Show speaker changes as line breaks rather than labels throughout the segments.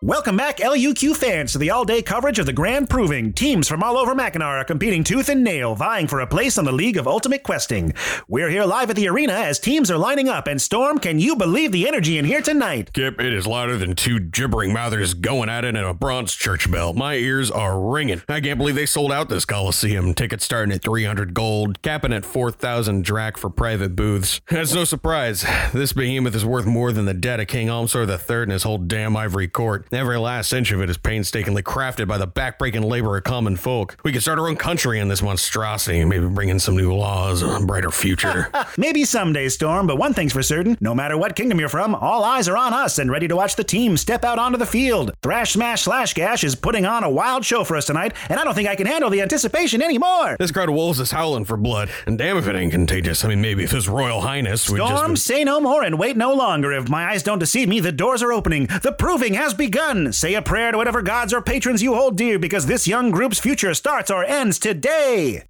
Welcome back, LUQ fans, to the all day coverage of the Grand Proving. Teams from all over Mackinac are competing tooth and nail, vying for a place on the League of Ultimate Questing. We're here live at the arena as teams are lining up, and Storm, can you believe the energy in here tonight?
Kip, it is louder than two gibbering mouthers going at it in a bronze church bell. My ears are ringing. I can't believe they sold out this Coliseum. Tickets starting at 300 gold, capping at 4,000 drac for private booths. That's no surprise. This behemoth is worth more than the debt of King Almsor III and his whole damn ivory court. Every last inch of it is painstakingly crafted by the backbreaking labor of common folk. We could start our own country in this monstrosity and maybe bring in some new laws, a brighter future.
Maybe someday, Storm, but one thing's for certain no matter what kingdom you're from, all eyes are on us and ready to watch the team step out onto the field. Thrash Smash Slash Gash is putting on a wild show for us tonight, and I don't think I can handle the anticipation anymore.
This crowd of wolves is howling for blood, and damn if it ain't contagious. I mean, maybe if His Royal Highness would just.
Storm, say no more and wait no longer. If my eyes don't deceive me, the doors are opening. The proving has begun. Say a prayer to whatever gods or patrons you hold dear, because this young group's future starts or ends today.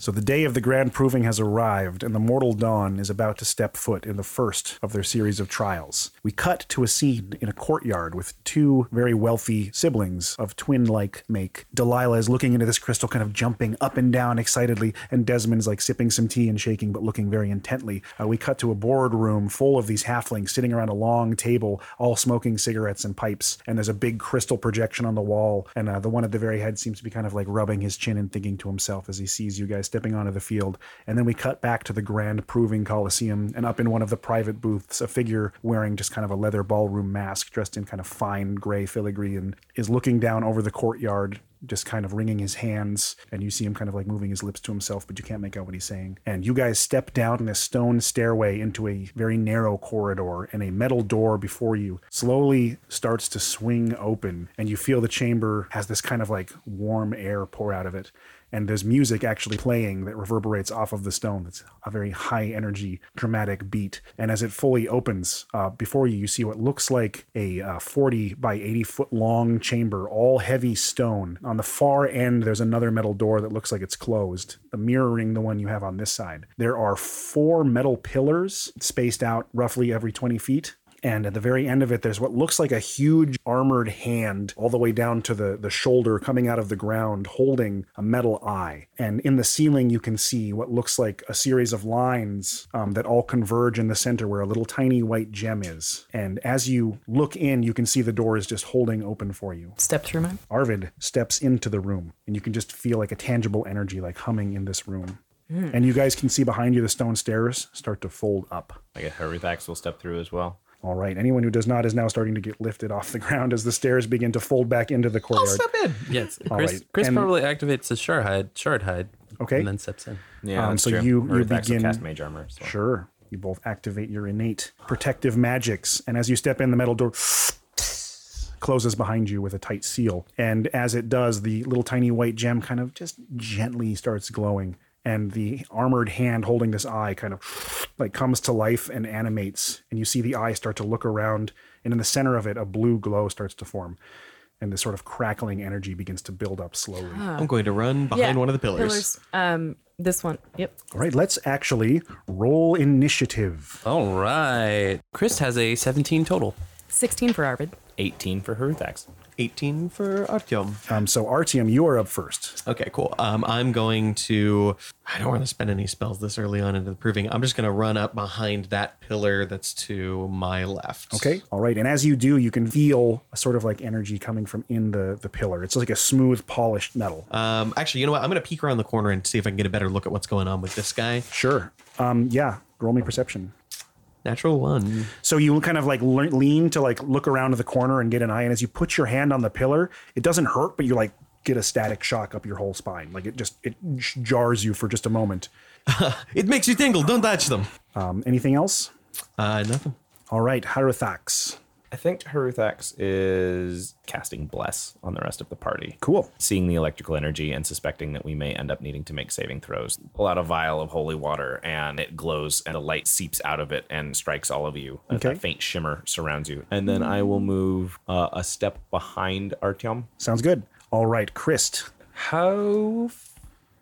So the day of the grand proving has arrived, and the mortal dawn is about to step foot in the first of their series of trials. We cut to a scene in a courtyard with two very wealthy siblings of twin like make. Delilah is looking into this crystal, kind of jumping up and down excitedly, and Desmond's like sipping some tea and shaking, but looking very intently. Uh, we cut to a boardroom full of these halflings sitting around a long table, all smoking cigarettes and pipes, and there's a big crystal projection on the wall, and uh, the one at the very head seems to be kind of like rubbing his chin and thinking to himself as he sees you guys stepping onto the field. And then we cut back to the grand proving coliseum, and up in one of the private booths, a figure wearing just kind of a leather ballroom mask, dressed in kind of fine gray filigree, and is looking down over the courtyard just kind of wringing his hands and you see him kind of like moving his lips to himself but you can't make out what he's saying and you guys step down this stone stairway into a very narrow corridor and a metal door before you slowly starts to swing open and you feel the chamber has this kind of like warm air pour out of it and there's music actually playing that reverberates off of the stone. That's a very high energy, dramatic beat. And as it fully opens uh, before you, you see what looks like a uh, 40 by 80 foot long chamber, all heavy stone. On the far end, there's another metal door that looks like it's closed, mirroring the one you have on this side. There are four metal pillars spaced out roughly every 20 feet. And at the very end of it, there's what looks like a huge armored hand all the way down to the, the shoulder coming out of the ground, holding a metal eye. And in the ceiling, you can see what looks like a series of lines um, that all converge in the center where a little tiny white gem is. And as you look in, you can see the door is just holding open for you.
Step through mine.
Arvid steps into the room, and you can just feel like a tangible energy like humming in this room. And you guys can see behind you the stone stairs start to fold up.
I guess Hurryfax will step through as well.
All right, anyone who does not is now starting to get lifted off the ground as the stairs begin to fold back into the courtyard.
in.
Yes,
All
Chris.
right,
Chris
and-
probably activates his shard hide, shard hide,
Okay.
and then steps in.
Yeah,
Um,
that's
so
true.
you- you
Hurryfax
begin-
will cast mage armor. so-
Sure. You both activate your innate protective magics. And as you step in, the metal door closes behind you with a tight seal. And as it does, the little tiny white gem kind of just gently starts glowing. And the armored hand holding this eye kind of like comes to life and animates. And you see the eye start to look around. And in the center of it, a blue glow starts to form. And this sort of crackling energy begins to build up slowly.
I'm going to run behind one of the pillars.
Um, this one. Yep.
All right, let's actually roll initiative.
All right. Chris has a 17 total.
16 for Arvid.
18 for Hurryfax.
18 for Artyom.
Um, so, Artium, you are up first.
Okay, cool. Um, I'm going to. I don't want to spend any spells this early on into the proving. I'm just going to run up behind that pillar that's to my left.
Okay. All right. And as you do, you can feel a sort of like energy coming from in the the pillar. It's like a smooth, polished metal.
Um, actually, you know what? I'm going to peek around the corner and see if I can get a better look at what's going on with this guy.
sure. Um. Yeah. Roll me perception.
Natural one.
So you kind of like le- lean to like look around to the corner and get an eye. And as you put your hand on the pillar, it doesn't hurt, but you like get a static shock up your whole spine. Like it just it j- jars you for just a moment.
It makes you tingle. Don't touch them.
Um. Anything else?
Uh, nothing.
All right. Harithax.
I think Huruthax is casting Bless on the rest of the party.
Cool.
Seeing the electrical energy and suspecting that we may end up needing to make saving throws, pull out a vial of holy water and it glows and the light seeps out of it and strikes all of you.
Okay.
A faint shimmer surrounds you. And then I will move uh, a step behind Artyom.
Sounds good. All right, Christ.
How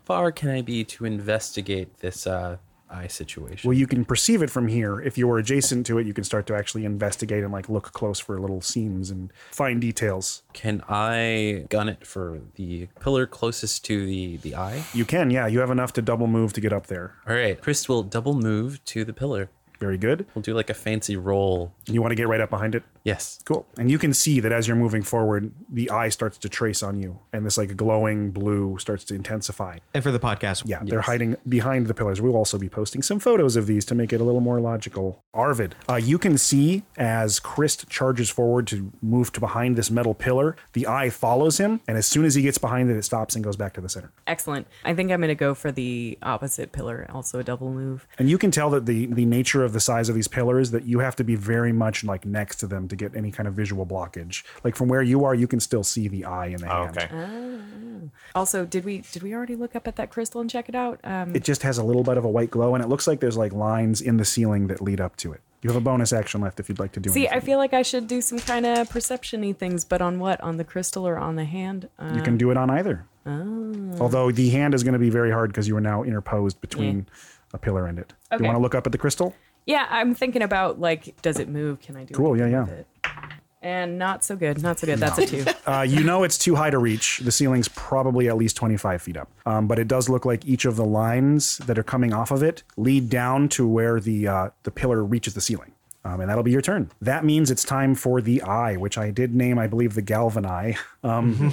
far can I be to investigate this uh, eye situation?
Well, you can perceive it from here. If you're adjacent to it, you can start to actually investigate and like look close for little seams and fine details.
Can I gun it for the pillar closest to the, the eye?
You can, yeah. You have enough to double move to get up there.
All right. Chris will double move to the pillar.
Very good.
We'll do like a fancy roll.
You want to get right up behind it?
Yes.
Cool. And you can see that as you're moving forward, the eye starts to trace on you, and this like glowing blue starts to intensify.
And for the podcast,
Yeah, they're hiding behind the pillars. We'll also be posting some photos of these to make it a little more logical. Arvid, uh, you can see as Christ charges forward to move to behind this metal pillar, the eye follows him, and as soon as he gets behind it, it stops and goes back to the center.
Excellent. I think I'm going to go for the opposite pillar, also a double move.
And you can tell that the the nature of the size of these pillars that you have to be very much like next to them to get any kind of visual blockage. Like from where you are, you can still see the eye and the hand.
Oh, Okay.
Also, did we did we already look up at that crystal and check it out? Um,
It just has a little bit of a white glow, and it looks like there's like lines in the ceiling that lead up to it. You have a bonus action left if you'd like to do
see,
anything.
I feel like I should do some kind of perception-y things, but on what? On the crystal or on the hand? Uh,
you can do it on either. Although the hand is going to be very hard because you are now interposed between a pillar and it. Do
Okay.
you want to look up at the crystal?
yeah, I'm thinking about like, does it move? Can I do
Cool, yeah,
anything
yeah.
With it? And not so good. Not so good. That's a two.
Uh, you know it's too high to reach. The ceiling's probably at least 25 feet up. Um, but it does look like each of the lines that are coming off of it lead down to where the uh, the pillar reaches the ceiling. Um, and that'll be your turn. That means it's time for the eye, which I did name, I believe, the Galvan Eye. Um,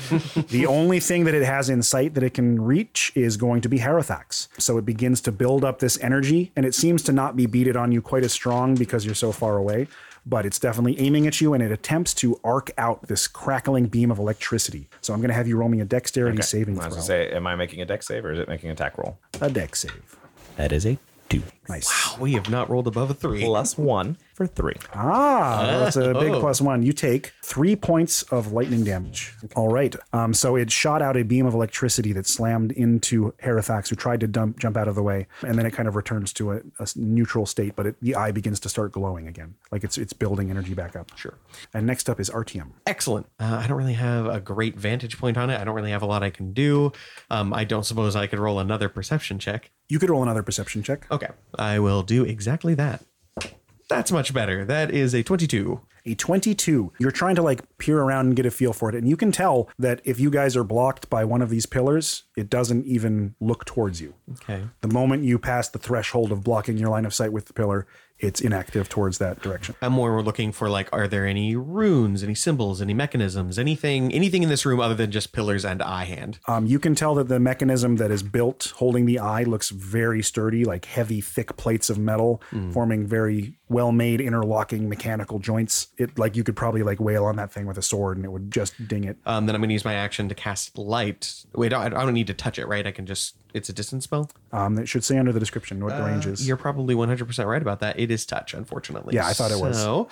the only thing that it has in sight that it can reach is going to be Harothax. So it begins to build up this energy, and it seems to not be beaded on you quite as strong because you're so far away but it's definitely aiming at you and it attempts to arc out this crackling beam of electricity. So I'm going to have you roll me a dexterity saving
I was
throw.
gonna say, am I making a deck save or is it making an attack roll?
a dex save.
That is a two
Nice.
we have not rolled above a three.
plus one for three.
Ah, well, that's a big
Oh.
plus one. You take three points of lightning damage. All right. Um, so it shot out a beam of electricity that slammed into Harithax, who tried to dump, jump out of the way, and then it kind of returns to a, a s- neutral state. But it, the eye begins to start glowing again, like it's it's building energy back up. Sure. And next up is Artium.
Excellent. Uh, I don't really have a great vantage point on it. I don't really have a lot I can do. Um, I don't suppose I could roll another perception check.
You could roll another perception check.
Okay, I will do exactly that. That's much better. That is a 22.
a 22 you're trying to like peer around and get a feel for it and you can tell that if you guys are blocked by one of these pillars it doesn't even look towards you
Okay.
the moment you pass the threshold of blocking your line of sight with the pillar it's inactive towards that direction
I'm more looking for like, are there any runes, any symbols, any mechanisms, anything, anything in this room other than just pillars and eye hand?
um, you can tell that the mechanism that is built holding the eye looks very sturdy like heavy thick plates of metal forming very well made interlocking mechanical joints it like you could probably like wail on that thing with a sword and it would just ding it
Um, then I'm going to use my action to cast light. Wait, I I don't need to touch it, right? I can just, it's a distance spell.
um, it should say under the description what the range is
You're probably 100% right about that. It is touch, unfortunately.
Yeah, I thought it was.
So,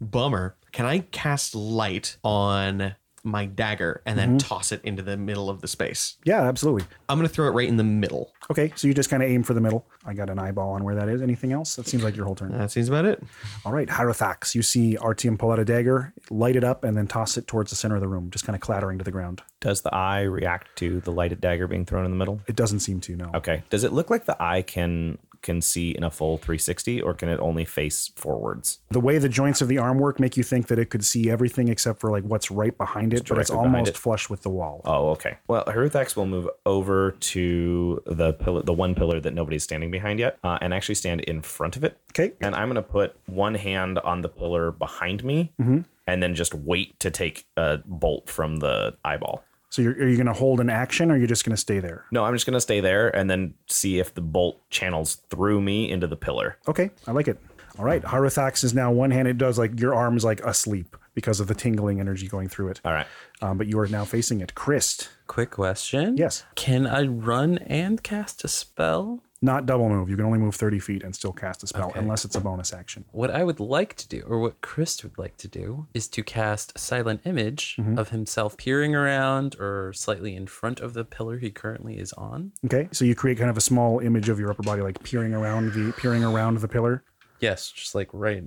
bummer. Can I cast light on my dagger and
Mm-hmm.
then toss it into the middle of the space?
yeah absolutely
I'm going to throw it right in the middle.
Okay, so you just kind of aim for the middle. I got an eyeball on where that is. Anything else? That seems like your whole turn.
That seems about it.
All right, Hyrothax, you see Artium pull out a dagger, light it up, and then toss it towards the center of the room, just kind of clattering to the ground.
Does the eye react to the lighted dagger being thrown in the middle?
It doesn't seem to, no.
Okay. Does it look like the eye can can see in a full 360 or can it only face forwards?
The way the joints of the arm work make you think that it could see everything except for like what's right behind it, but it's
directly behind
almost
it.
flush with the wall.
Oh, okay. Well, Heruthax will move over to the pillar, the one pillar that nobody's standing behind yet, uh, and actually stand in front of it.
Okay.
And I'm going to put one hand on the pillar behind me, and then just wait to take a bolt from the eyeball.
So you're, are you going to hold an action or you are just going to stay there?
No, I'm just going to stay there and then see if the bolt channels through me into the pillar.
Okay, I like it. All right, Hyrothax is now one hand. It does like your arm is like asleep because of the tingling energy going through it.
All right.
Um, but you are now facing it. Christ,
Quick question.
Yes.
Can I run and cast a spell?
not double move. You can only move 30 feet and still cast a spell unless it's a bonus action.
What I would like to do, or what Chris would like to do, is to cast Silent Image of himself peering around or slightly in front of the pillar he currently is on.
Okay. So you create kind of a small image of your upper body, like peering around the peering around the pillar.
Yes, just like right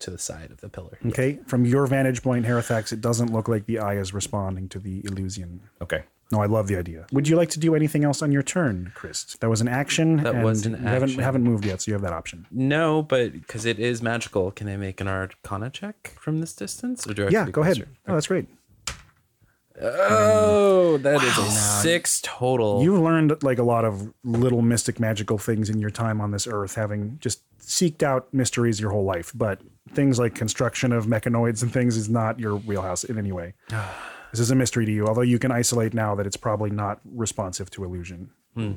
to the side of the pillar.
Okay. From your vantage point, Harithax, it doesn't look like the eye is responding to the illusion.
Okay.
No, I love the idea. Would you like to do anything else on your turn, Chris? That was an action.
That
and
was an
You haven't,
action.
haven't moved yet, so you have that option.
No, but because it is magical, can I make an Arcana check from this distance? Or do I have
Yeah,
to be
go ahead.
closer?
Oh, that's great.
Oh, that is a six total.
You've learned like a lot of little mystic magical things in your time on this earth, having just seeked out mysteries your whole life. But things like construction of mechanoids and things is not your wheelhouse in any way. this is a mystery to you, although you can isolate now that it's probably not responsive to illusion. Uh,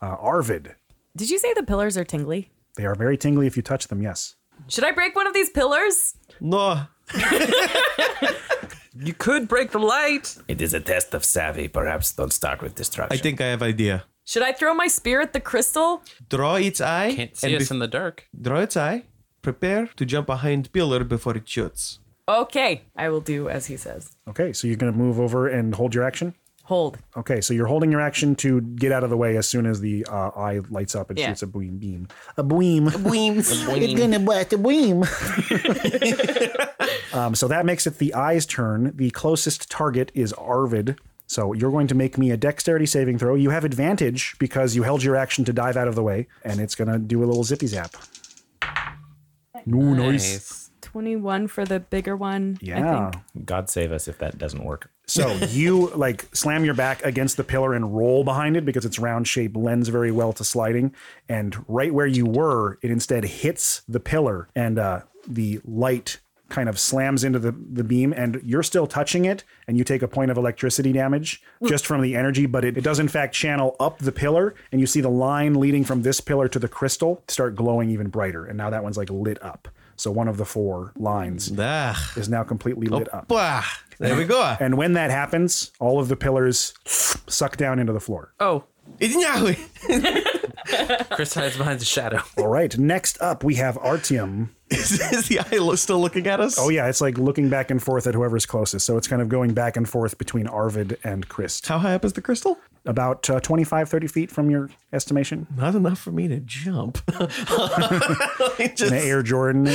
Arvid,
Did you say the pillars are tingly?
they are very tingly if you touch them. Yes.
Should I break one of these pillars?
No.
you could break the light.
It is a test of savvy. Perhaps don't start with destruction.
I think I have idea.
Should I throw my spear at the crystal?
Draw its eye.
Can't see
and
us
bef-
in the dark.
Draw its eye. Prepare to jump behind pillar before it shoots.
Okay, I will do as he says.
Okay, so you're going to move over and hold your action.
Hold.
Okay, so you're holding your action to get out of the way as soon as the uh, eye lights up and
Yeah.
shoots a beam. beam. A beam. A beam. It's gonna blast a beam. um, so that makes it the eye's turn. The closest target is Arvid. So you're going to make me a dexterity saving throw. You have advantage because you held your action to dive out of the way, and it's gonna do a little zippy zap. Ooh, nice.
Nice.
21 for the bigger one. I
Yeah.
think.
God save us if that doesn't work.
So you like slam your back against the pillar and roll behind it because its round shape lends very well to sliding. And right where you were, it instead hits the pillar and uh, the light kind of slams into the, the beam and you're still touching it and you take a point of electricity damage just from the energy but it, it does in fact channel up the pillar and you see the line leading from this pillar to the crystal start glowing even brighter and now that one's like lit up so one of the four lines
Ah.
is now completely lit up
Bah. There we go.
and when that happens, all of the pillars suck down into the floor.
Oh,
It's now.
Chris hides behind the shadow.
All right. Next up, we have Artium.
Is, is the eye lo- still looking at us?
Oh, yeah. It's like looking back and forth at whoever's closest. So it's kind of going back and forth between Arvid and Christ.
How high up is the crystal?
About uh, 25, 30 feet from your estimation.
Not enough for me to jump. It just-
An Air Jordan.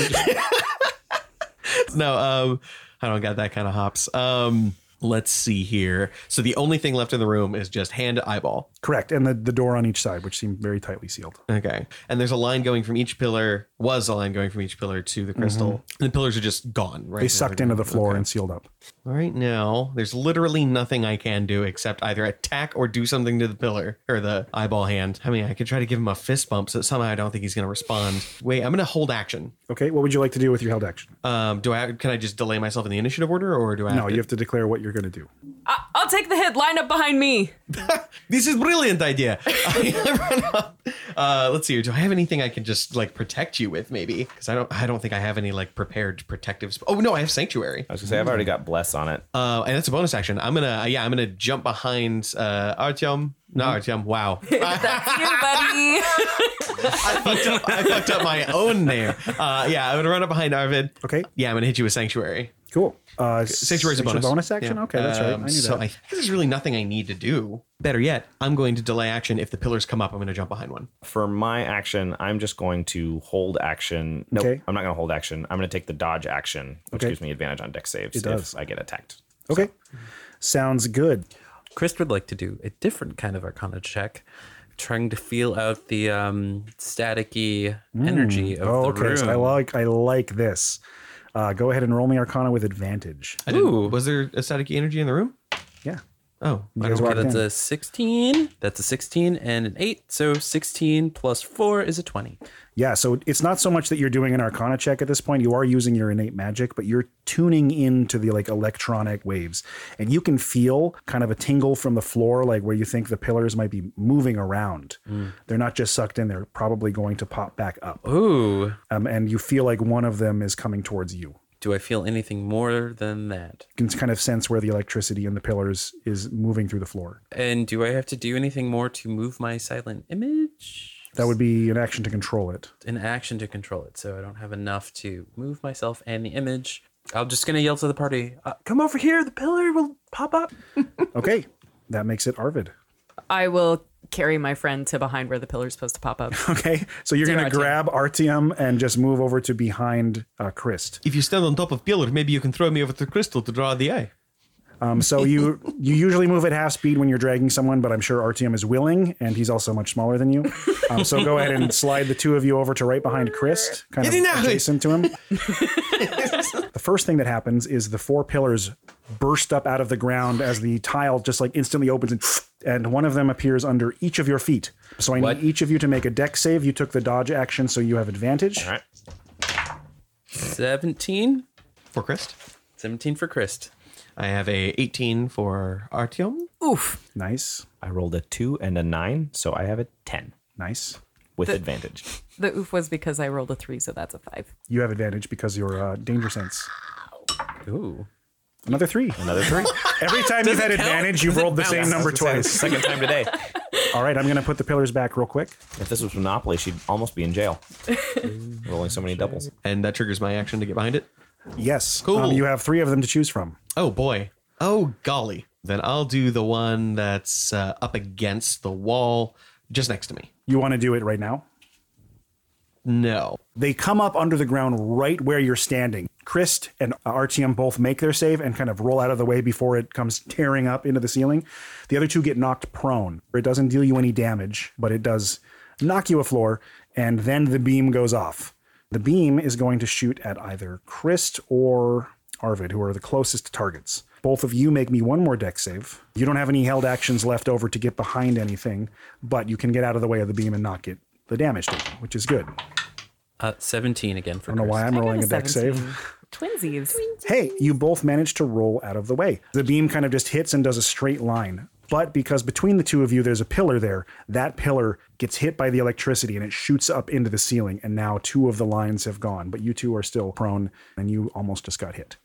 no, um, I don't got that kind of hops. Um, let's see here. So the only thing left in the room is just hand to eyeball.
Correct. And the, the door on each side, which seemed very tightly sealed.
Okay. And there's a line going from each pillar, was a line going from each pillar to the crystal. And the pillars are just gone, right?
Mm-hmm. They sucked into the floor and sealed up.
Right now, there's literally nothing I can do except either attack or do something to the pillar or the eyeball hand. I mean, I could try to give him a fist bump, so somehow I don't think he's going to respond. Wait, I'm going to hold action.
Okay. What would you like to do with your held action?
Um, do I? Can I just delay myself in the initiative order, or do I?
no, you have to declare what you're going to do.
I- I'll take the hit. Line up behind me.
This is brilliant idea. I run up. Uh, let's see. here. Do I have anything I can just like protect you with? Maybe because I don't. I don't think I have any like prepared protective. Sp- oh no, I have sanctuary.
I was gonna say I've already got bless on it.
Uh, and that's a bonus action. I'm gonna. uh, Yeah, I'm gonna jump behind uh, Artyom. Not
Mm-hmm.
Artyom. Wow.
That's you, buddy.
I fucked up. I fucked up my own name. Uh, yeah, I'm gonna run up behind Arvid.
Okay.
Yeah, I'm gonna hit you with sanctuary.
Cool. Uh,
Sanctuary's a
section-
bonus.
action?
Yeah.
Okay. That's right. I
Um,
knew
so
that.
I think there's really nothing I need to do. Better yet, I'm going to delay action. If the pillars come up, I'm gonna jump behind one.
For my action, I'm just going to hold action. No,
Okay.
I'm not gonna hold action. I'm gonna take the dodge action, which
Okay.
gives me advantage on deck saves
It does.
if I get attacked.
okay. Sounds good.
Chris would like to do a different kind of Arcana check, trying to feel out the um, staticky energy of
Oh,
the
okay.
room.
So I like I like this. Uh, go ahead and roll me Arcana with advantage.
I didn't, was there a static energy in the room?
Yeah.
Oh,
You
I
guys
don't-
walked
That's
in.
a 16. That's a 16 and an 8. So 16 plus 4 is a 20.
Yeah. So it's not so much that you're doing an Arcana check at this point. You are using your innate magic, but you're tuning into the like electronic waves, and you can feel kind of a tingle from the floor, like where you think the pillars might be moving around.
Mm.
They're not just sucked in; they're probably going to pop back up.
Ooh.
Um, and you feel like one of them is coming towards you.
Do I feel anything more than that?
You can kind of sense where the electricity in the pillars is moving through the floor.
And do I have to do anything more to move my silent image?
That would be an action to control it.
An action to control it. So I don't have enough to move myself and the image. I'm just going to yell to the party, uh, come over here. The pillar will pop up.
Okay, that makes it Arvid.
I will carry my friend to behind where the pillar's supposed to pop up.
Okay, so you're going to
Artyom.
grab Artyom and just move over to behind uh, Christ.
If you stand on top of pillar, maybe you can throw me over to crystal to draw the eye.
Um, so you you usually move at half speed when you're dragging someone, but I'm sure RTM is willing, and he's also much smaller than you. Um, so go ahead and slide the two of you over to right behind Chris, kind of
Get in there.
adjacent to him. the first thing that happens is the four pillars burst up out of the ground as the tile just like instantly opens and and one of them appears under each of your feet. So I need each of you to make a deck save. You took the dodge action, so you have advantage.
All right.
17?
For Christ,
17 for Christ.
I have a 18 for Artyom.
Oof.
Nice,
I rolled a two and a nine, so I have a ten
nice.
with advantage.
The oof was because I rolled a three, so that's a five.
You have advantage because your uh, danger sense.
Ooh.
Another three.
Another three.
Every time you've had advantage, you've rolled the same number twice.
Second time today.
All right, I'm going to put the pillars back real quick.
If this was Monopoly, she'd almost be in jail. Rolling so many doubles.
And that triggers my action to get behind it.
Yes.
Cool.
Um, you have three of them to choose from.
Oh boy. Oh golly. Then I'll do the one that's uh, up against the wall just next to me.
You want to do it right now?
No.
They come up under the ground right where you're standing. Christ and RTM both make their save and kind of roll out of the way before it comes tearing up into the ceiling. The other two get knocked prone. It doesn't deal you any damage, but it does knock you a floor, and then the beam goes off. The beam is going to shoot at either Christ or Arvid, who are the closest targets. Both of you make me one more deck save. You don't have any held actions left over to get behind anything, but you can get out of the way of the beam and not get the damage taken, which is good.
Uh, 17 again for
I don't know why
Christ.
I'm
I got
rolling
a
a deck
17.
save.
Twinsies.
Hey, you both managed to roll out of the way. The beam kind of just hits and does a straight line. But because between the two of you there's a pillar there, that pillar gets hit by the electricity and it shoots up into the ceiling. And now two of the lines have gone, but you two are still prone and you almost just got hit.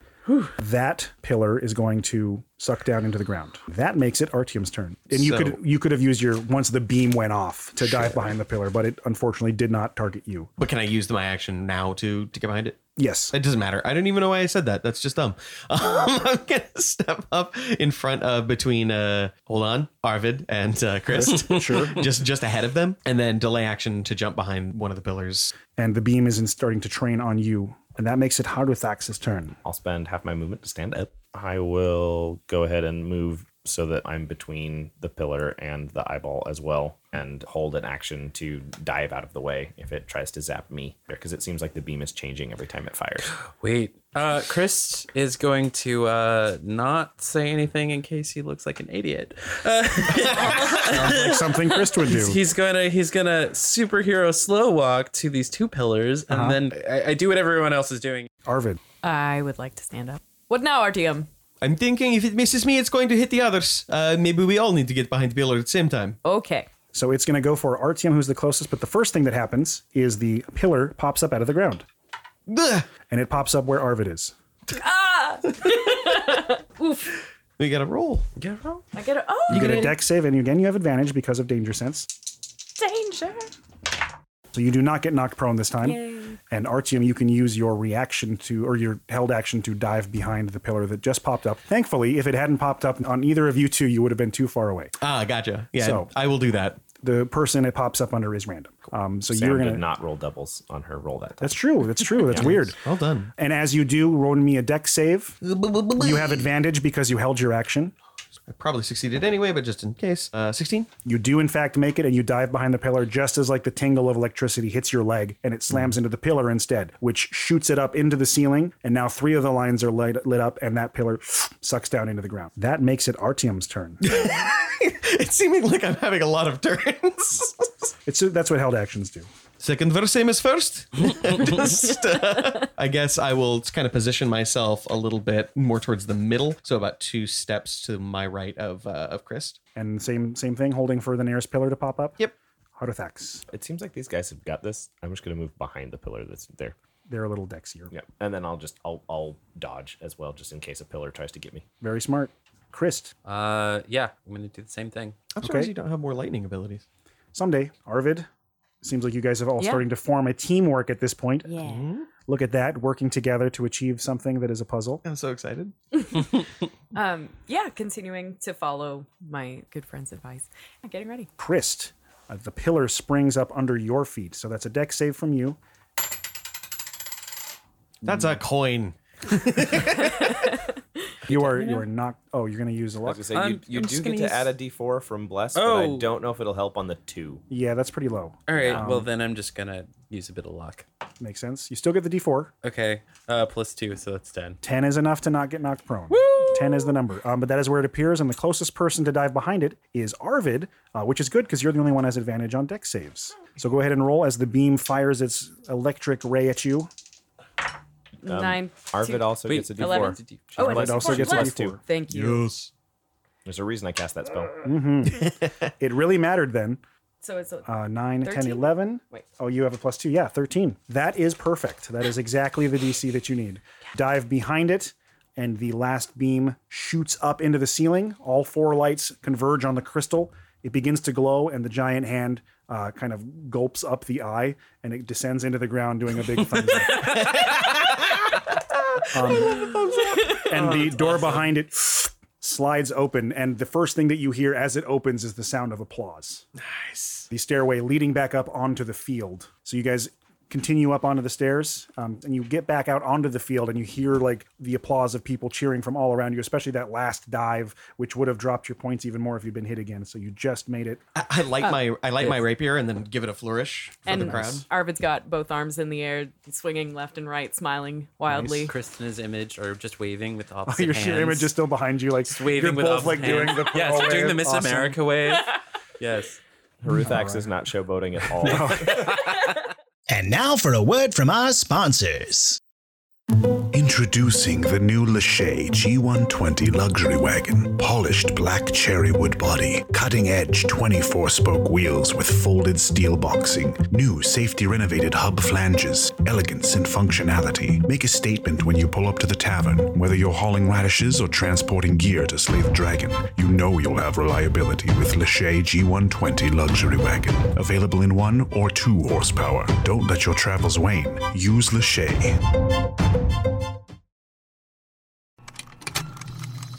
That pillar is going to suck down into the ground. That makes it Artyom's turn. And you
So-
could you could have used your once the beam went off to dive behind the pillar, but it unfortunately did not target you.
But can I use my action now to to get behind it?
Yes.
It doesn't matter. I don't even know why I said that. That's just dumb. Um, I'm gonna step up in front of between uh, hold on, Arvid and uh, Chris. sure. just just ahead of them, and then delay action to jump behind one of the pillars.
and the beam is in starting to train on you, and that makes it Hardwithax's turn.
I'll spend half my movement to stand up. I will go ahead and move so that I'm between the pillar and the eyeball as well and hold an action to dive out of the way if it tries to zap me because it seems like the beam is changing every time it fires.
Wait. Uh, Chris is going to uh, not say anything in case he looks like an idiot.
Like something Chris would do.
He's gonna he's gonna superhero slow walk to these two pillars, and
Uh-huh.
then I, I do what everyone else is doing.
Arvid,
I would like to stand up. What now, RTM?
I'm thinking if it misses me, it's going to hit the others. Uh, maybe we all need to get behind the pillar at the same time.
Okay.
So it's going to go for Artyom, who's the closest. But the first thing that happens is the pillar pops up out of the ground,
Ugh.
and it pops up where Arvid is.
We gotta roll.
I get a oh
You get a deck save, and again, you have advantage because of danger sense.
danger.
So you do not get knocked prone this time. And Artyom, you can use your reaction to, or your held action to dive behind the pillar that just popped up. Thankfully, if it hadn't popped up on either of you two, you would have been too far away.
Ah, gotcha. Yeah,
So-
I will do that.
The person it pops up under is random. Um, so
Sam
you're going
did
to.
not roll doubles on her roll that time.
That's true. That's true. That's weird.
Well done.
And as you do, roll me a deck save. You have advantage because you held your action.
I probably succeeded anyway, but just in case. Uh, 16.
You do, in fact, make it, and you dive behind the pillar just as like the tingle of electricity hits your leg, and it slams into the pillar instead, which shoots it up into the ceiling. And now three of the lines are lit, lit up, and that pillar sucks down into the ground. That makes it Artyom's turn.
It's seeming like I'm having a lot of turns.
it's that's what held actions do.
Second verse, same as first. Just, uh, I guess I will kind of position myself a little bit more towards the middle, so about two steps to my right of uh, of Chris.
And same same thing, holding for the nearest pillar to pop up.
Yep.
Artifacts.
It seems like these guys have got this. I'm just going to move behind the pillar that's there.
They're a little dexier.
Yep. And then I'll just I'll I'll dodge as well just in case a pillar tries to get me.
Very smart. Christ.
Uh, yeah, I'm gonna do the same thing.
I'm surprised
Okay.
you don't have more lightning abilities.
someday, Arvid. Seems like you guys have all
Yeah.
starting to form a teamwork at this point.
Yeah.
Look at that, working together to achieve something that is a puzzle.
I'm so excited.
Um, yeah, continuing to follow my good friend's advice. I'm getting ready.
Christ, uh, the pillar springs up under your feet, so that's a deck save from you.
That's a coin.
You are you are not. Oh, you're going to use a
I was
luck.
gonna say
I'm-
you, you
I'm
do
just
get
gonna
to
use-
add a D4 from bless, but I
Oh.
don't know if it'll help on the two.
Yeah, that's pretty low.
All right. Well, then I'm just gonna use a bit of luck.
Makes sense. You still get the D4.
Okay. Uh, plus two, so that's ten.
Ten is enough to not get knocked prone. Ten is the number. Um, but that is where it appears, and the closest person to dive behind it is Arvid, uh, which is good because you're the only one who has advantage on deck saves. So go ahead and roll as the beam fires its electric ray at you.
Nine.
Arvid
two-
also
Wait,
gets a D4.
eleven. Oh, and
But
it's
it also
plus-
gets a
plus.
D4.
Thank you.
There's a reason I cast that spell.
It really mattered then.
So it's a,
Uh, 9, 10,
13?
11.
Wait.
Oh, you have a plus two. Yeah, 13. That is perfect. That is exactly the DC that you need. Dive behind it, and the last beam shoots up into the ceiling. All four lights converge on the crystal. It begins to glow, and the giant hand uh, kind of gulps up the eye, and it descends into the ground doing a big thumbs up. Um, and the door behind it slides open, and the first thing that you hear as it opens is the sound of applause the stairway leading back up onto the field. So you guys continue up onto the stairs um, and you get back out onto the field and you hear like the applause of people cheering from all around you, especially that last dive, which would have dropped your points even more if you'd been hit again. So you just made it.
I, I light my I light my rapier and then give it a flourish for the
and
crowd.
Arvid's got both arms in the air, swinging left and right, smiling wildly.
Kristina's image, or just waving with opposite
Oh, Your
hands.
shit image is still behind you. Like
waving
you're
with
both
opposite
like doing
hands.
the
yes,
pro
doing the
wave.
Miss
Awesome.
America wave. yes.
Haruthax is not showboating at all.
And now for a word from our sponsors.
Introducing the new Lachey G120 luxury wagon. Polished black cherry wood body, cutting edge 24 spoke wheels with folded steel boxing, new safety renovated hub flanges, elegance and functionality. Make a statement when you pull up to the tavern. Whether you're hauling radishes or transporting gear to slay the dragon, you know you'll have reliability with Lachey G120 luxury wagon. Available in one or two horsepower. Don't let your travels wane. Use Lachey.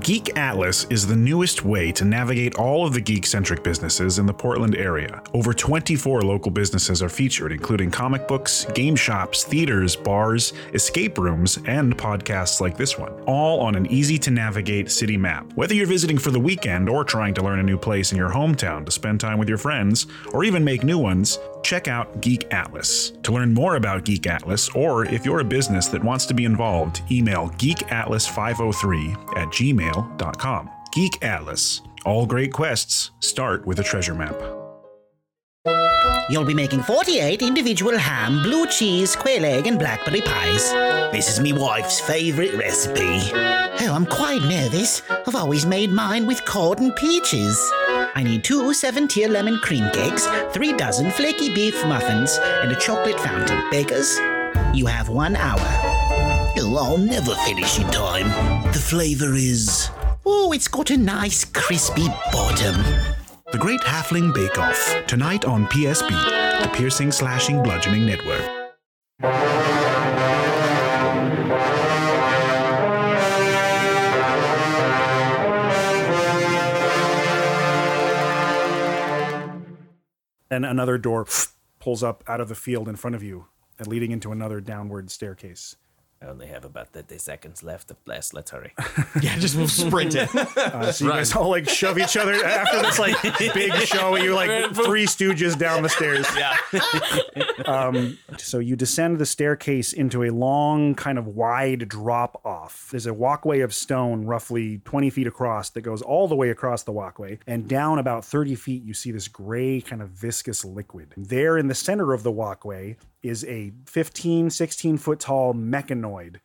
Geek Atlas is the newest way to navigate all of the geek centric businesses in the Portland area. Over 24 local businesses are featured, including comic books, game shops, theaters, bars, escape rooms, and podcasts like this one, all on an easy to navigate city map. Whether you're visiting for the weekend or trying to learn a new place in your hometown to spend time with your friends, or even make new ones, check out Geek Atlas. To learn more about Geek Atlas, or if you're a business that wants to be involved, email geekatlas503 at gmail.com. Geek Atlas. All great quests start with a treasure map.
You'll be making 48 individual ham, blue cheese, quail egg, and blackberry pies. This is me wife's favorite recipe. Oh, I'm quite nervous. I've always made mine with cord and peaches. I need two seven-tier lemon cream cakes, three dozen flaky beef muffins, and a chocolate fountain. Bakers, you have one hour. Oh, I'll never finish in time. The flavor is... Oh, it's got a nice crispy bottom.
The Great Halfling Bake Off, tonight on PSB, the Piercing Slashing Bludgeoning Network.
And another door pulls up out of the field in front of you and leading into another downward staircase.
I only have about 30 seconds left of bless. Let's hurry.
Yeah, just sprint it.
Uh, so you guys all like shove each other after this like big show. You like three stooges down the stairs. Yeah. um, so you descend the staircase into a long, kind of wide drop off. There's a walkway of stone, roughly 20 feet across, that goes all the way across the walkway. And down about 30 feet, you see this gray, kind of viscous liquid. There in the center of the walkway is a 15, 16 foot tall mechanoid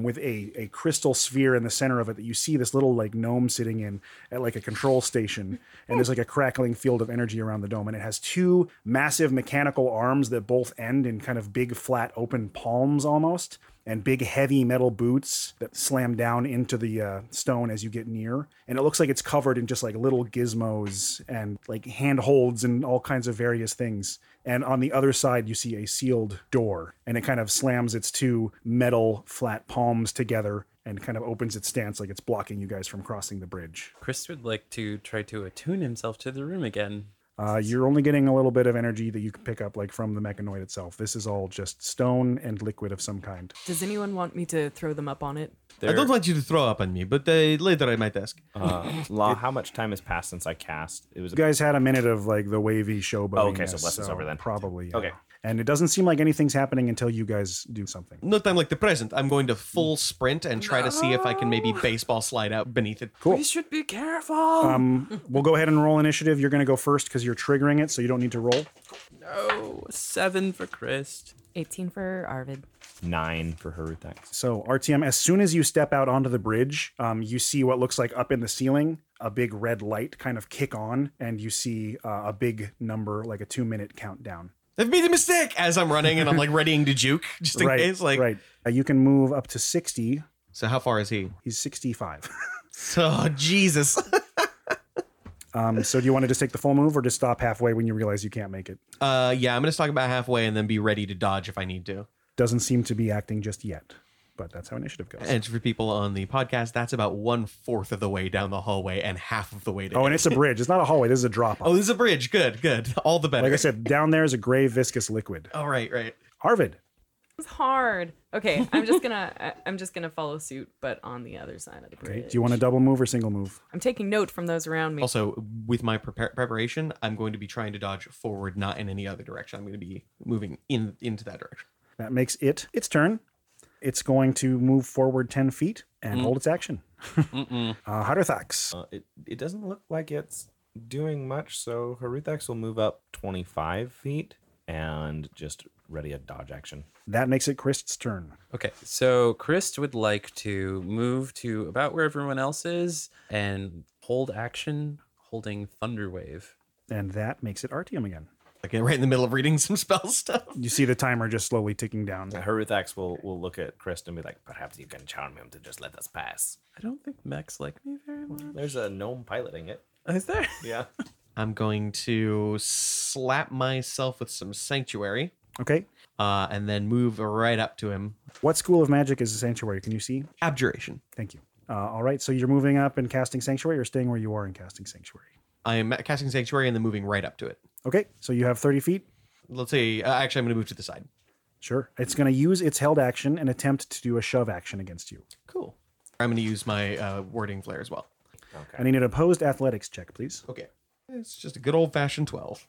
with a, a crystal sphere in the center of it that you see this little like gnome sitting in at like a control station and there's like a crackling field of energy around the dome and it has two massive mechanical arms that both end in kind of big flat open palms almost and and big heavy metal boots that slam down into the uh, stone as you get near. And it looks like it's covered in just like little gizmos and like handholds and all kinds of various things. And on the other side, you see a sealed door, and it kind of slams its two metal flat palms together and kind of opens its stance like it's blocking you guys from crossing the bridge.
Chris would like to try to attune himself to the room again.
Uh, you're only getting a little bit of energy that you can pick up like from the mechanoid itself. This is all just stone and liquid of some kind.
Does anyone want me to throw them up on it?
I don't want you to throw up on me, but uh, later I might ask.
Uh, Law, how much time has passed since I cast? It was
You guys had a minute of like the wavy showboat.
Oh, okay, so less is over then.
Probably. yeah.
Okay.
And it doesn't seem like anything's happening until you guys do something.
No time like the present. I'm going to full sprint and try to see if I can maybe baseball slide out beneath it.
Cool.
We should be careful.
Um, we'll go ahead and roll initiative. You're going to go first because you're triggering it, so you don't need to roll. Oh,
No, seven for Chris.
18 for Arvid.
nine for Harutex.
So, RTM, as soon as you step out onto the bridge, um, you see what looks like up in the ceiling a big red light kind of kick on, and you see uh, a big number, like a two minute countdown.
I've made a mistake as I'm running and I'm like readying to juke just in
right.
case. Like,
right. Uh, you can move up to 60.
so how far is he?
He's 65.
Oh, Jesus.
um, so, do you want to just take the full move or just stop halfway when you realize you can't make it?
Uh, yeah, I'm gonna talk about halfway and then be ready to dodge if I need to.
Doesn't seem to be acting just yet, but that's how initiative goes.
And for people on the podcast, that's about one fourth of the way down the hallway and half of the way to.
oh, and it's a bridge. It's not a hallway. This is a drop off.
oh, this is a bridge. Good, good. All the better.
Like I said, down there is a gray viscous liquid.
All right, right.
Arvid,
It's hard. Okay, I'm just gonna I- I'm just gonna follow suit, but on the other side of the bridge.
okay. do you want a double move or single move?
I'm taking note from those around me.
Also, with my prepar- preparation, I'm going to be trying to dodge forward, not in any other direction. I'm going to be moving in into that direction.
That makes it its turn. It's going to move forward 10 feet
Mm.
and hold its action. uh, Hardathax.
Uh, it, it doesn't look like it's doing much, so Harutex will move up 25 feet and just ready a dodge action.
That makes it Christ's turn.
Okay, so Chris would like to move to about where everyone else is and hold action, holding Thunderwave.
And that makes it Artium again.
Like right in the middle of reading some spell stuff.
You see the timer just slowly ticking down.
Harutex will, will look at Chris and be like, perhaps you can charm him to just let us pass.
I don't think Max like me very much.
There's a gnome piloting it.
Is there?
Yeah.
I'm going to slap myself with some sanctuary,
Okay.
uh, and then move right up to him.
What school of magic is a sanctuary? Can you see?
Abjuration.
Thank you. Uh, all right. So you're moving up and casting sanctuary or staying where you are and casting sanctuary.
I am casting sanctuary and then moving right up to it.
Okay. So you have 30 feet.
Let's say, uh, actually, I'm going to move to the side.
Sure. It's going to use its held action and attempt to do a shove action against you.
Cool. I'm going to use my uh, wording flare as well.
I need an opposed athletics check, please.
Okay. It's just a good old fashioned 12.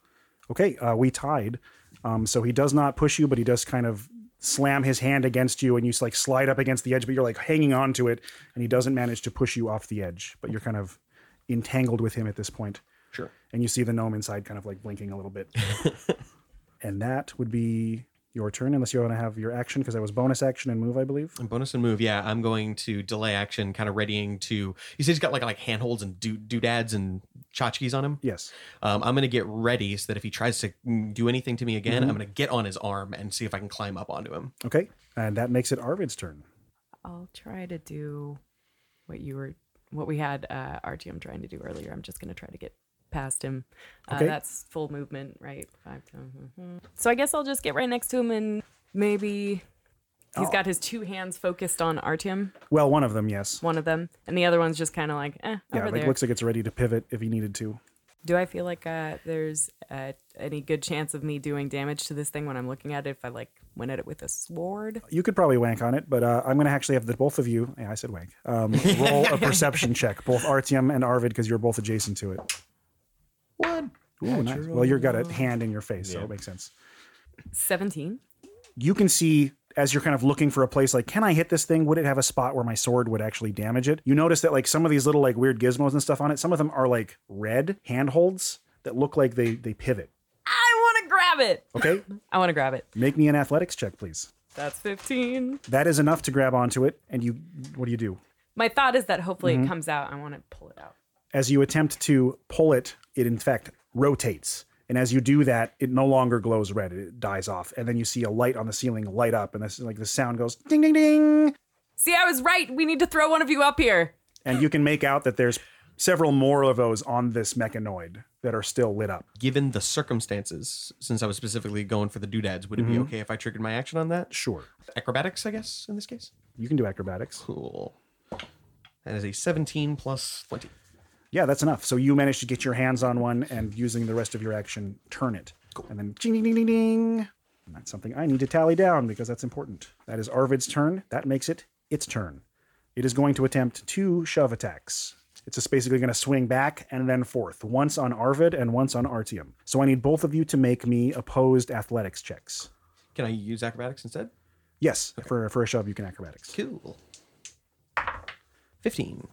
Okay, uh, we tied. Um, so he does not push you, but he does kind of slam his hand against you, and you s- like slide up against the edge, but you're like hanging on to it, and he doesn't manage to push you off the edge, but you're kind of entangled with him at this point.
Sure.
And you see the gnome inside kind of like blinking a little bit. and that would be your turn, unless you want to have your action, because that was bonus action and move, I believe.
And bonus and move. Yeah, I'm going to delay action, kind of readying to. You said he's got like like handholds and do, doodads and tchotchkes on him.
Yes.
Um, I'm going to get ready so that if he tries to mm, do anything to me again, I'm going to get on his arm and see if I can climb up onto him.
Okay. And that makes it Arvid's turn.
I'll try to do what you were what we had uh RTM trying to do earlier. I'm just gonna try to get past him. Uh,
Okay.
that's full movement, right? Five to- mhm. So I guess I'll just get right next to him and maybe he's
Oh.
got his two hands focused on RTM,
Well, one of them, yes.
one of them, and the other one's just kind of like, eh,
Yeah,
over
like
there.
looks like it's ready to pivot if he needed to.
Do I feel like uh, there's uh, any good chance of me doing damage to this thing when I'm looking at it if I like went at it with a sword?
you could probably wank on it, but uh, I'm going to actually have the both of you. Yeah, I said wank. Um, roll a perception check, both Artium and Arvid, because you're both adjacent to it.
One.
Ooh, nice. Well, you've got a hand in your face, so it makes sense.
17.
You can see as you're kind of looking for a place like, can I hit this thing? Would it have a spot where my sword would actually damage it? You notice that like some of these little like weird gizmos and stuff on it, some of them are like red handholds that look like they they pivot.
I want to grab it.
Okay,
I want to grab it.
make me an athletics check, please.
That's 15.
That is enough to grab onto it, and you what do you do?
My thought is that hopefully it comes out. I want to pull it out.
As you attempt to pull it, it in fact rotates And as you do that, it no longer glows red; it dies off. And then you see a light on the ceiling light up, and this like the sound goes ding ding ding,
See, I was right. We need to throw one of you up here.
and you can make out that there's several more of those on this mechanoid that are still lit up.
Given the circumstances, since I was specifically going for the doodads, would it be
Mhm.
okay if I triggered my action on that?
Sure,
Acrobatics, I guess, in this case.
you can do acrobatics.
Cool. That is a 17 plus 20.
Yeah, that's enough. So you manage to get your hands on one, and using the rest of your action, turn it, and then ding ding ding ding ding. And that's something I need to tally down because that's important. That is Arvid's turn. That makes it its turn. It is going to attempt two shove attacks. It's just basically going to swing back and then forth, once on Arvid and once on Artium. So I need both of you to make me opposed athletics checks.
Can I use acrobatics instead?
Yes, for, for a shove, you can acrobatics.
Cool. 15.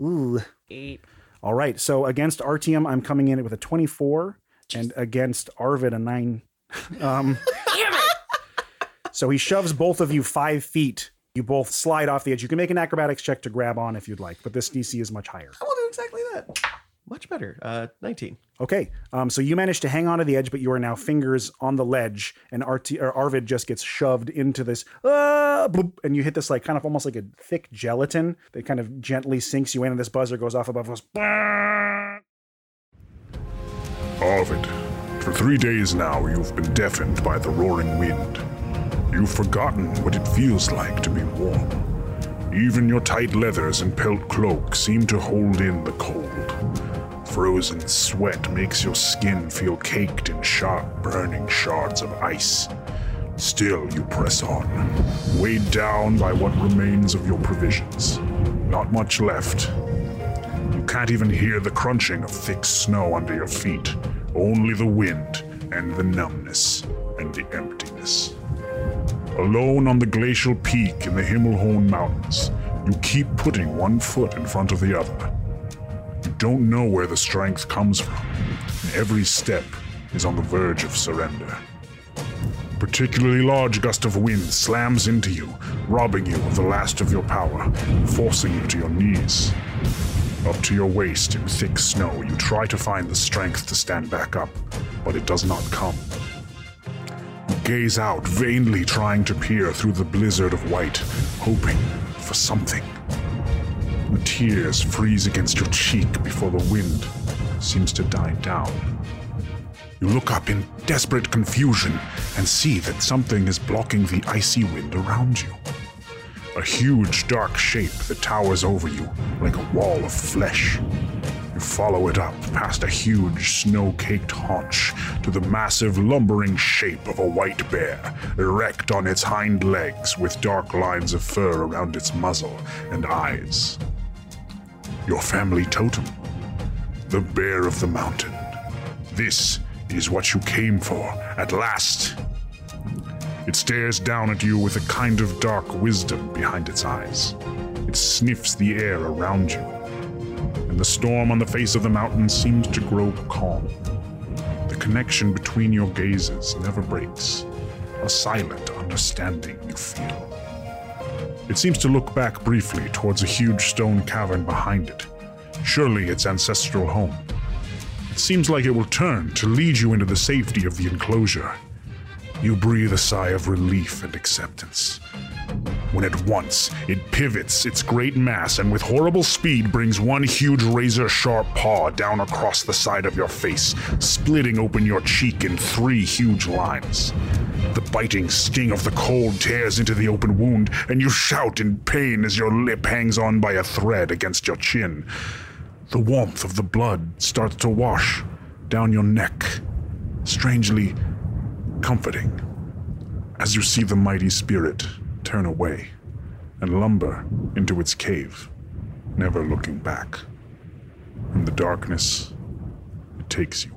Ooh.
Eight.
All right. So against Artium, I'm coming in with a 24, and against Arvid, a 9. Um,
Damn it!
so he shoves both of you five feet. You both slide off the edge. You can make an acrobatics check to grab on if you'd like, but this DC is much higher.
I will do exactly that. Much better. Uh, 19.
Okay. Um, so you manage to hang onto the edge, but you are now fingers on the ledge, and Arti- or Arvid just gets shoved into this, ah, bloop, and you hit this like kind of almost like a thick gelatin that kind of gently sinks you in, and this buzzer goes off above us.
Arvid, for three days now you've been deafened by the roaring wind. You've forgotten what it feels like to be warm. Even your tight leathers and pelt cloak seem to hold in the cold. Frozen sweat makes your skin feel caked in sharp, burning shards of ice. Still, you press on, weighed down by what remains of your provisions. Not much left, you can't even hear the crunching of thick snow under your feet, only the wind and the numbness and the emptiness. Alone on the glacial peak in the Himmelhorn Mountains, you keep putting one foot in front of the other. You don't know where the strength comes from, and every step is on the verge of surrender. A particularly large gust of wind slams into you, robbing you of the last of your power, forcing you to your knees. Up to your waist in thick snow, you try to find the strength to stand back up, but it does not come. You gaze out, vainly trying to peer through the blizzard of white, hoping for something. The tears freeze against your cheek before the wind seems to die down. You look up in desperate confusion and see that something is blocking the icy wind around you. A huge dark shape that towers over you like a wall of flesh. You follow it up past a huge snow caked haunch to the massive lumbering shape of a white bear, erect on its hind legs with dark lines of fur around its muzzle and eyes. Your family totem, the bear of the mountain. This is what you came for at last. It stares down at you with a kind of dark wisdom behind its eyes. It sniffs the air around you, and the storm on the face of the mountain seems to grow calm. The connection between your gazes never breaks, a silent understanding you feel. It seems to look back briefly towards a huge stone cavern behind it, surely its ancestral home. It seems like it will turn to lead you into the safety of the enclosure. You breathe a sigh of relief and acceptance. When at once it pivots its great mass and with horrible speed brings one huge razor sharp paw down across the side of your face, splitting open your cheek in three huge lines. The biting sting of the cold tears into the open wound, and you shout in pain as your lip hangs on by a thread against your chin. The warmth of the blood starts to wash down your neck, strangely comforting as you see the mighty spirit turn away and lumber into its cave, never looking back. In the darkness, it takes you.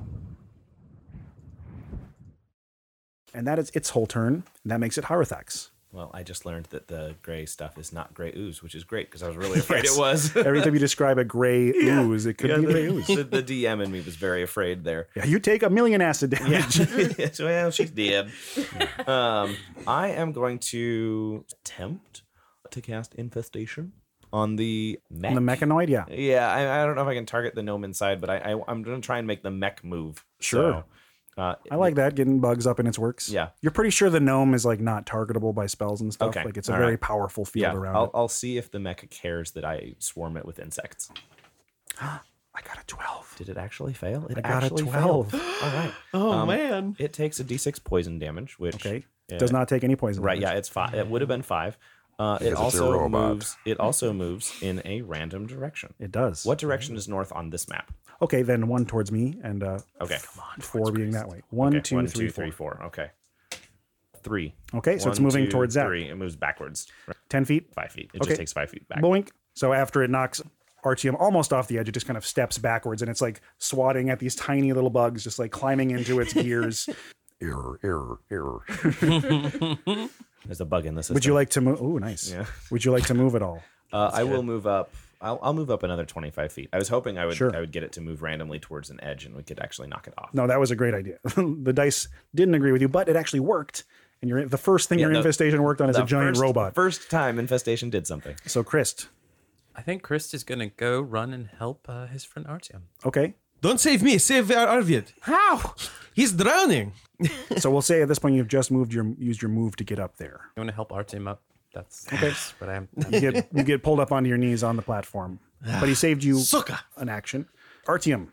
And that is its whole turn, and that makes it Hyrothax.
Well, I just learned that the gray stuff is not gray ooze, which is great because I was really afraid
Yes.
it was.
Every time you describe a gray ooze, it could
Yeah,
be
the,
a gray ooze.
the- the DM in me was very afraid there.
Yeah, you take a million acid damage.
Yeah. well, she's dead. Um, I am going to attempt to cast infestation on the mech.
On the mechanoid, yeah.
Yeah, I, I don't know if I can target the gnome inside, but I, I I'm gonna try and make the mech move.
Sure.
Uh,
I like that getting bugs up in its works.
Yeah.
you're pretty sure the gnome is like not targetable by spells and stuff. Like it's a
all
very
right.
powerful field
Yeah,
around
I'll,
it.
I'll see if the mecha cares that I swarm it with insects.
I got a twelve.
Did it actually fail? It
I got a
actually
12.
failed. All right.
Oh, man.
It takes a d6 poison damage, which okay
Does not take any poison.
Right? Yeah, it's five. It would have been five. Uh,
Because
it
it's a
also
robot.
moves. It also moves in a random direction.
It does.
What direction is north on this map?
Okay, then one towards me and uh,
Okay, come on.
four being that way. One,
Okay,
two,
one,
three,
two,
four.
three, four. Okay. Three.
Okay, so it's moving towards that.
Three. It moves backwards. Right.
Ten feet.
Five feet. It
Okay.
just takes five feet back.
Boink. So after it knocks Artium almost off the edge, it just kind of steps backwards and it's like swatting at these tiny little bugs, just like climbing into its gears.
Error, error, error. There's a bug in this.
Would you like to move? Oh, nice.
Yeah.
Would you like to move at all?
Uh, I will move up. I'll, I'll move up another 25 feet. I was hoping I would
Sure.
I would get it to move randomly towards an edge and we could actually knock it off.
No, that was a great idea. the dice didn't agree with you, but it actually worked. And your the first thing
Yeah,
your
the-
infestation worked on is a
the
giant
first-
robot.
First time infestation did something.
So Christ,
I think Chris is gonna go run and help uh, his friend Artyom.
okay.
Don't save me, save Ar- Arvid.
How?
He's drowning.
so we'll say at this point you've just moved your used your move to get up there.
You want to help Artyom up? That's okay. But I'm.
You get you get pulled up onto your knees on the platform, but he saved you an action. Artium,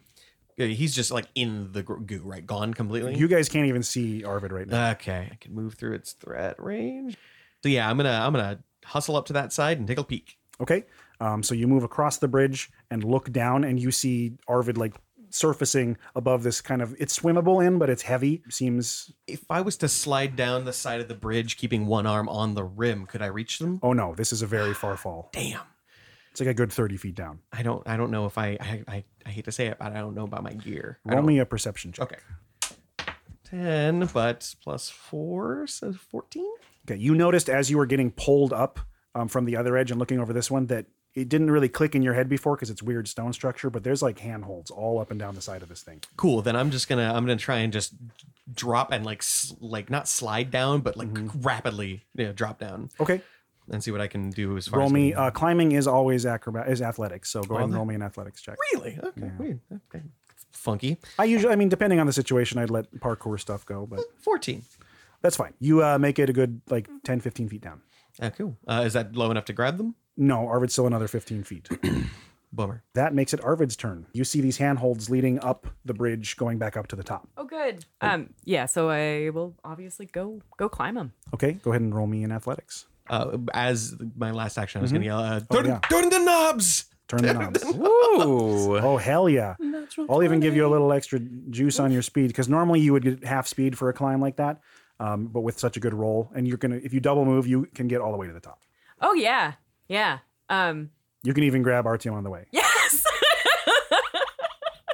Yeah, He's just like in the gr- goo, right? Gone completely.
you guys can't even see Arvid right now.
okay? I can move through its threat range. So yeah, I'm gonna I'm gonna hustle up to that side and take a peek.
Okay. Um, so you move across the bridge and look down, and you see Arvid like surfacing above this kind of it's swimmable in, but it's heavy. Seems
If I was to slide down the side of the bridge, keeping one arm on the rim, could I reach them?
oh no, this is a very far fall.
Damn.
It's like a good thirty feet down.
I don't I don't know if I I, I, I hate to say it, but I don't know about my gear. I
Roll
don't-
me a perception check.
Okay. Ten, but plus four, so fourteen.
Okay, you noticed as you were getting pulled up um, from the other edge and looking over this one that it didn't really click in your head before because it's weird stone structure, but there's like handholds all up and down the side of this thing.
Cool. Then I'm just gonna I'm gonna try and just drop and like s- like not slide down, but like
Mm-hmm.
rapidly yeah, drop down
Okay,
and see what I can do as far
roll
as
me. Uh, climbing is always acrobat is athletics, so go ahead and
that-
roll me an athletics check.
Really? Okay. Weird. Okay. Funky.
I usually, I mean, depending on the situation, I'd let parkour stuff go, but
Fourteen.
that's fine. You uh, make it a good like 10, 15 feet down.
Ah, cool. Uh, is that low enough to grab them?
No, Arvid's still another 15 feet.
Bummer.
that makes it Arvid's turn. You see these handholds leading up the bridge, going back up to the top.
Oh, good. Um, yeah. So I will obviously go go climb them.
Okay, go ahead and roll me in athletics.
Uh, as my last action, I was gonna yell, uh,
Oh,
turn,
yeah.
turn the knobs.
Turn the knobs.
Ooh.
Oh hell yeah! I'll even give you a little extra juice on your speed because normally you would get half speed for a climb like that, um, but with such a good roll, and you're gonna if you double move, you can get all the way to the top.
Oh yeah, yeah. Um,
You can even grab Artyom on the way
yes.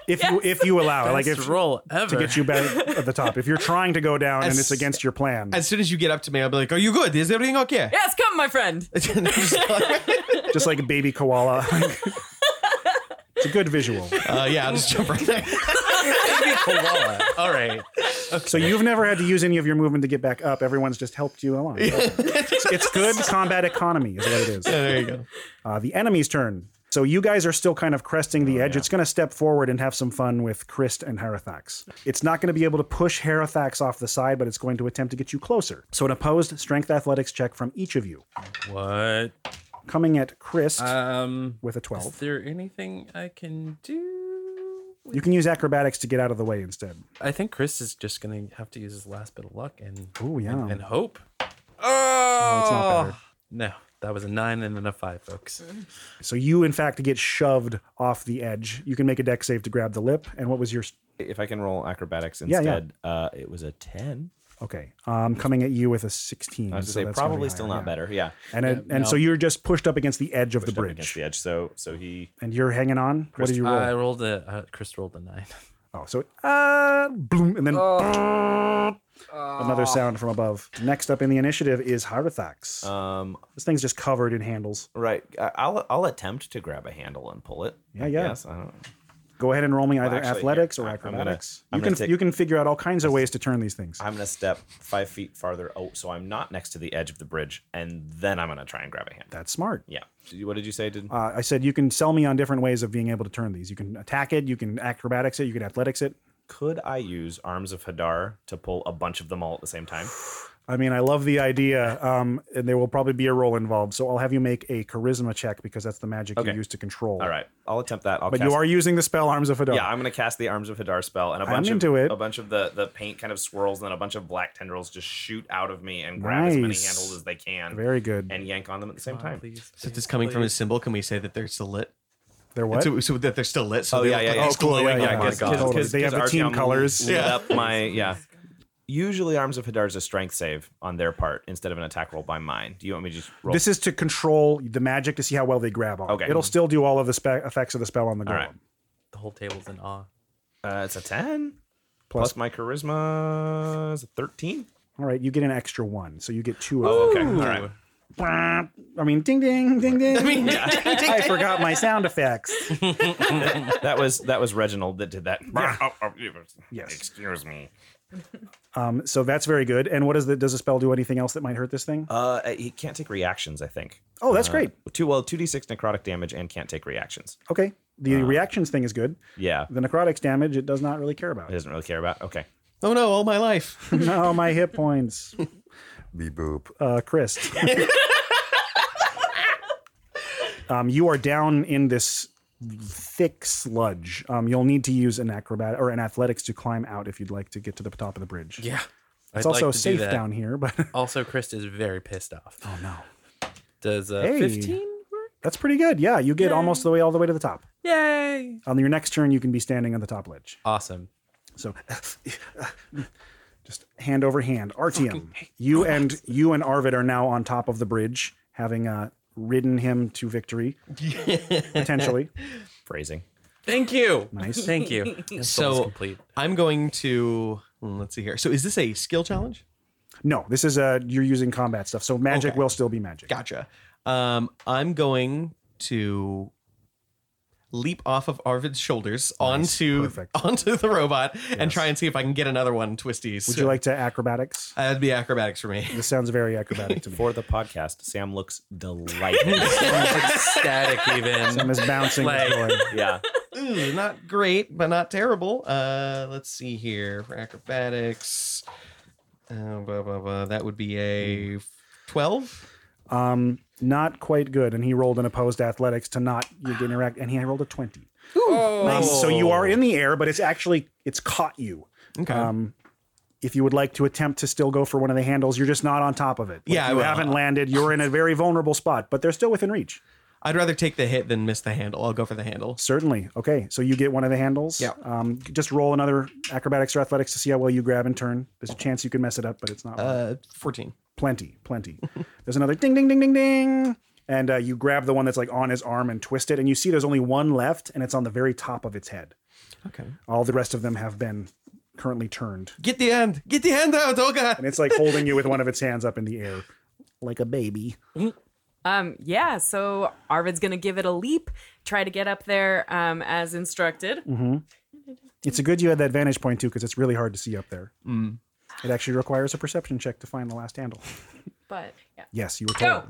if you if you allow. it. like
Best
if
roll ever.
to get you back at the top. If you're trying to go down and
As-
it's against your plan,
As soon as you get up to me, I'll be like, "Are you good? Is everything okay?"
yes, come, my friend.
And I'm just like-
just like a baby koala. it's a good visual.
uh, yeah, I'll just jump right there.
All right.
So you've never had to use any of your movement to get back up. Everyone's just helped you along. it's, it's good combat economy, is what it is.
there you go.
Uh, the enemy's turn. So you guys are still kind of cresting
Oh,
the edge. It's going to step forward and have some fun with Christ and Harithax. It's not going to be able to push Harithax off the side, but it's going to attempt to get you closer. So an opposed strength athletics check from each of you.
What?
Coming at Christ
Um.
with a
Is
12.
there anything I can do?
You can use acrobatics to get out of the way instead.
I think Chris is just gonna have to use his last bit of luck and
Ooh, yeah.
and, and hope. Oh!
No, it's not better.
No, that was a nine and then a five, folks.
So you, in fact, get shoved off the edge. You can make a deck save to grab the lip. And what was your
If I can roll acrobatics
Yeah, yeah.
instead, Uh, it was a 10.
Okay. Um, coming at you with a 16.
I
so
was going to say,
that's gonna be
probably still
higher,
not
yeah.
better. Yeah.
And, it, and so you're just pushed up against the edge of the
Up
bridge.
against the edge. So, so he.
And you're hanging on. what did you roll?
I rolled a. Uh, Chris rolled a nine.
oh, so uh, boom, and then
Oh. Ah.
another sound from above. Next up in the initiative is Harithax.
Um,
this thing's just covered in handles.
right. I- I'll, I'll attempt to grab a handle and pull it.
Yeah, yeah.
Yes. I don't.
Go ahead and roll me either
actually, here,
athletics or
I- I'm gonna-
acrobatics.
I'm
you
gonna
can
take-
you can figure out all kinds of ways to turn these things.
I'm going to step five feet farther. Oh, so I'm not next to the edge of the bridge. And then I'm going to try and grab a handle.
That's smart.
Yeah. Did you- What did you say? Did
Uh, I said you can sell me on different ways of being able to turn these. You can attack it. You can acrobatics it. You can athletics it.
Could I use Arms of Hadar to pull a bunch of them all at the same time?
I mean, I love the idea, um, and there will probably be a roll involved. So I'll have you make a charisma check because that's the magic you use to control.
All right, I'll attempt that. I'll
but
cast-
you are using the spell Arms of Hadar.
Yeah, I'm gonna cast the Arms of Hadar spell, and a
I'm
bunch
into
of
it.
a bunch of the the paint kind of swirls, and then a bunch of black tendrils just shoot out of me and grab as many
Nice.
handles as they can.
Very good.
And yank on them at the same time.
Since it's coming from his symbol, can we say that they're still lit?
They're what?
So, so that they're still lit. So
oh
they
yeah,
look
yeah,
like
yeah.
it's
cool,
glowing.
yeah, yeah.
Oh my
'cause-
God.
'cause- 'cause RTM Lit
Yeah.
up my yeah. Usually, Arms of Hadar is a strength save on their part instead of an attack roll by mine. Do you want me to just roll?
This is to control the magic to see how well they grab on.
Okay.
It'll still do all of the spe- effects of the spell on the golem.
All right.
The whole table's in awe.
Uh, it's a ten plus, plus my charisma is a thirteen.
All right, you get an extra one, so you get two.
Oh,
of
okay.
them.
All right.
Blah. I mean, ding, ding, ding, ding. I
mean,
I forgot my sound effects.
that was that was Reginald that did that. oh,
Yes.
Excuse me.
Um, so that's very good. And what does the does the spell do? Anything else that might hurt this thing?
Uh, he can't take reactions. I think.
Oh, that's
Uh,
great.
Two well, two d six necrotic damage and can't take reactions.
Okay,
uh,
the reactions thing is good.
Yeah,
The necrotics damage it does not really care
he
about.
doesn't really care about. Okay.
Oh no! All my life.
no, my hit points.
Be boop.
Uh, Chris. um, you are down in this thick sludge. Um, you'll need to use an acrobat or an athletics to climb out if you'd like to get to the top of the bridge.
Yeah.
It's
I'd
also
like to do
safe
that.
down here, but
Also, Chris is very pissed off. Oh
no.
Does uh,
Hey.
15?
that's pretty good. Yeah, you get almost the way all the way to the top.
Yay!
On your next turn, you can be standing on the top ledge.
Awesome.
So, just hand over hand, RTM. You and you and Arvid are now on top of the bridge, having uh, ridden him to victory, potentially.
Phrasing.
Thank you.
Nice.
Thank you.
So I'm going to hmm, let's see here. So is this a skill challenge?
No, this is uh you're using combat stuff, so magic
Okay.
will still be magic.
Gotcha. Um, I'm going to leap off of Arvid's shoulders onto onto the robot and try and see if I can get another one twisty.
Would you like to acrobatics?
That'd be acrobatics for me.
This sounds very acrobatic to me.
For the podcast, Sam looks delighted.
Static even.
Sam is bouncing.
Like-
going.
yeah.
Ooh, not great, but not terrible. Uh, let's see here for acrobatics. Uh, blah, blah, blah. That would be a twelve.
Um, not quite good, and he rolled an opposed athletics to not you get interact, and he rolled a twenty.
Oh.
Nice. So you are in the air, but it's actually it's caught you.
Okay.
Um, if you would like to attempt to still go for one of the handles, you're just not on top of it. Like,
Yeah, I
you
will.
haven't landed. You're in a very vulnerable spot, but they're still within reach.
I'd rather take the hit than miss the handle. I'll go for the handle.
Certainly. Okay, so you get one of the handles.
Yeah.
Um, just roll another acrobatics or athletics to see how well you grab and turn. There's a chance you can mess it up, but it's not.
Uh, fourteen.
plenty, plenty. there's another ding, ding, ding, ding, ding. And uh, you grab the one that's like on his arm and twist it. And you see there's only one left, and it's on the very top of its head.
Okay.
All the rest of them have been currently turned.
Get the hand. Get the hand out, Olga.
And it's like holding you with one of its hands up in the air, like a baby.
Um, yeah, so Arvid's gonna give it a leap, try to get up there um, as instructed.
Mm-hmm. It's a good you had that vantage point too, because it's really hard to see up there.
Mm.
It actually requires a perception check to find the last handle.
But yeah.
Yes, you were told.
Go.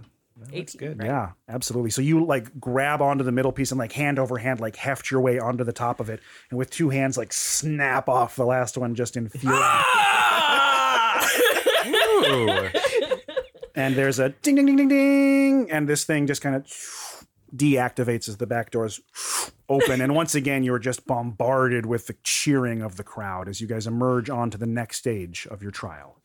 That's good.
Yeah, absolutely. So you like grab onto the middle piece and like hand over hand, like heft your way onto the top of it, and with two hands, like snap off the last one just in fury. and there's a ding, ding, ding, ding, ding, and this thing just kind of deactivates as the back doors open. And once again, you are just bombarded with the cheering of the crowd as you guys emerge onto the next stage of your trial.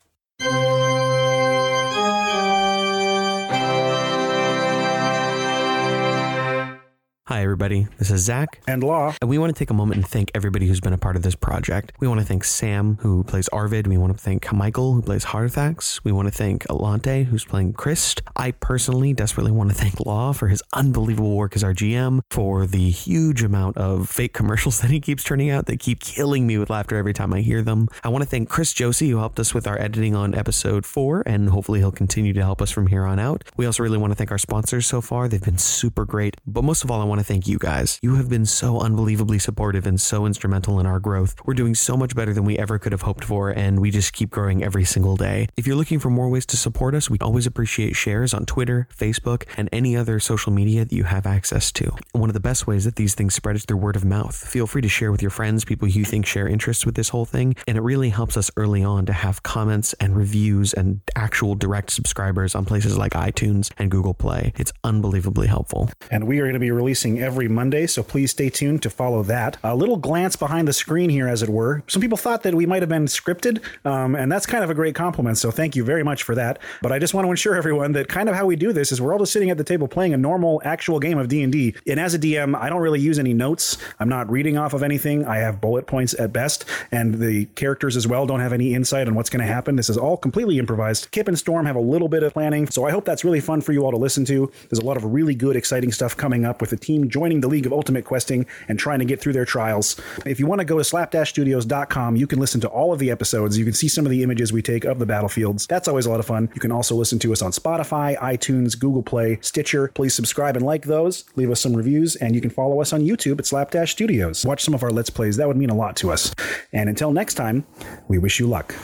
Hi, everybody. This is Zach.
And Law.
And we want to take a moment and thank everybody who's been a part of this project. We want to thank Sam, who plays Arvid. We want to thank Michael, who plays Harthax. We want to thank Alante, who's playing Christ. I personally desperately want to thank Law for his unbelievable work as our GM, for the huge amount of fake commercials that he keeps turning out that keep killing me with laughter every time I hear them. I want to thank Chris Josie, who helped us with our editing on episode four, and hopefully he'll continue to help us from here on out. We also really want to thank our sponsors so far. They've been super great. But most of all, I want to want to thank you guys. You have been so unbelievably supportive and so instrumental in our growth. We're doing so much better than we ever could have hoped for, and we just keep growing every single day. If you're looking for more ways to support us, we always appreciate shares on Twitter, Facebook, and any other social media that you have access to. One of the best ways that these things spread is through word of mouth. Feel free to share with your friends, people who you think share interests with this whole thing, and it really helps us early on to have comments and reviews and actual direct subscribers on places like iTunes and Google Play. It's unbelievably helpful.
And we are going to be releasing every Monday, so please stay tuned to follow that. A little glance behind the screen here, as it were. Some people thought that we might have been scripted, um, and that's kind of a great compliment, so thank you very much for that. But I just want to ensure everyone that kind of how we do this is we're all just sitting at the table playing a normal, actual game of D&D. And as a DM, I don't really use any notes. I'm not reading off of anything. I have bullet points at best, and the characters as well don't have any insight on what's going to happen. This is all completely improvised. Kip and Storm have a little bit of planning, so I hope that's really fun for you all to listen to. There's a lot of really good, exciting stuff coming up with the team joining the League of Ultimate Questing and trying to get through their trials. If you want to go to slapdashstudios.com, you can listen to all of the episodes. You can see some of the images we take of the battlefields. That's always a lot of fun. You can also listen to us on Spotify, iTunes, Google Play, Stitcher. Please subscribe and like those. Leave us some reviews, and you can follow us on YouTube at Slapdash Studios. Watch some of our Let's Plays. That would mean a lot to us. And until next time, we wish you luck.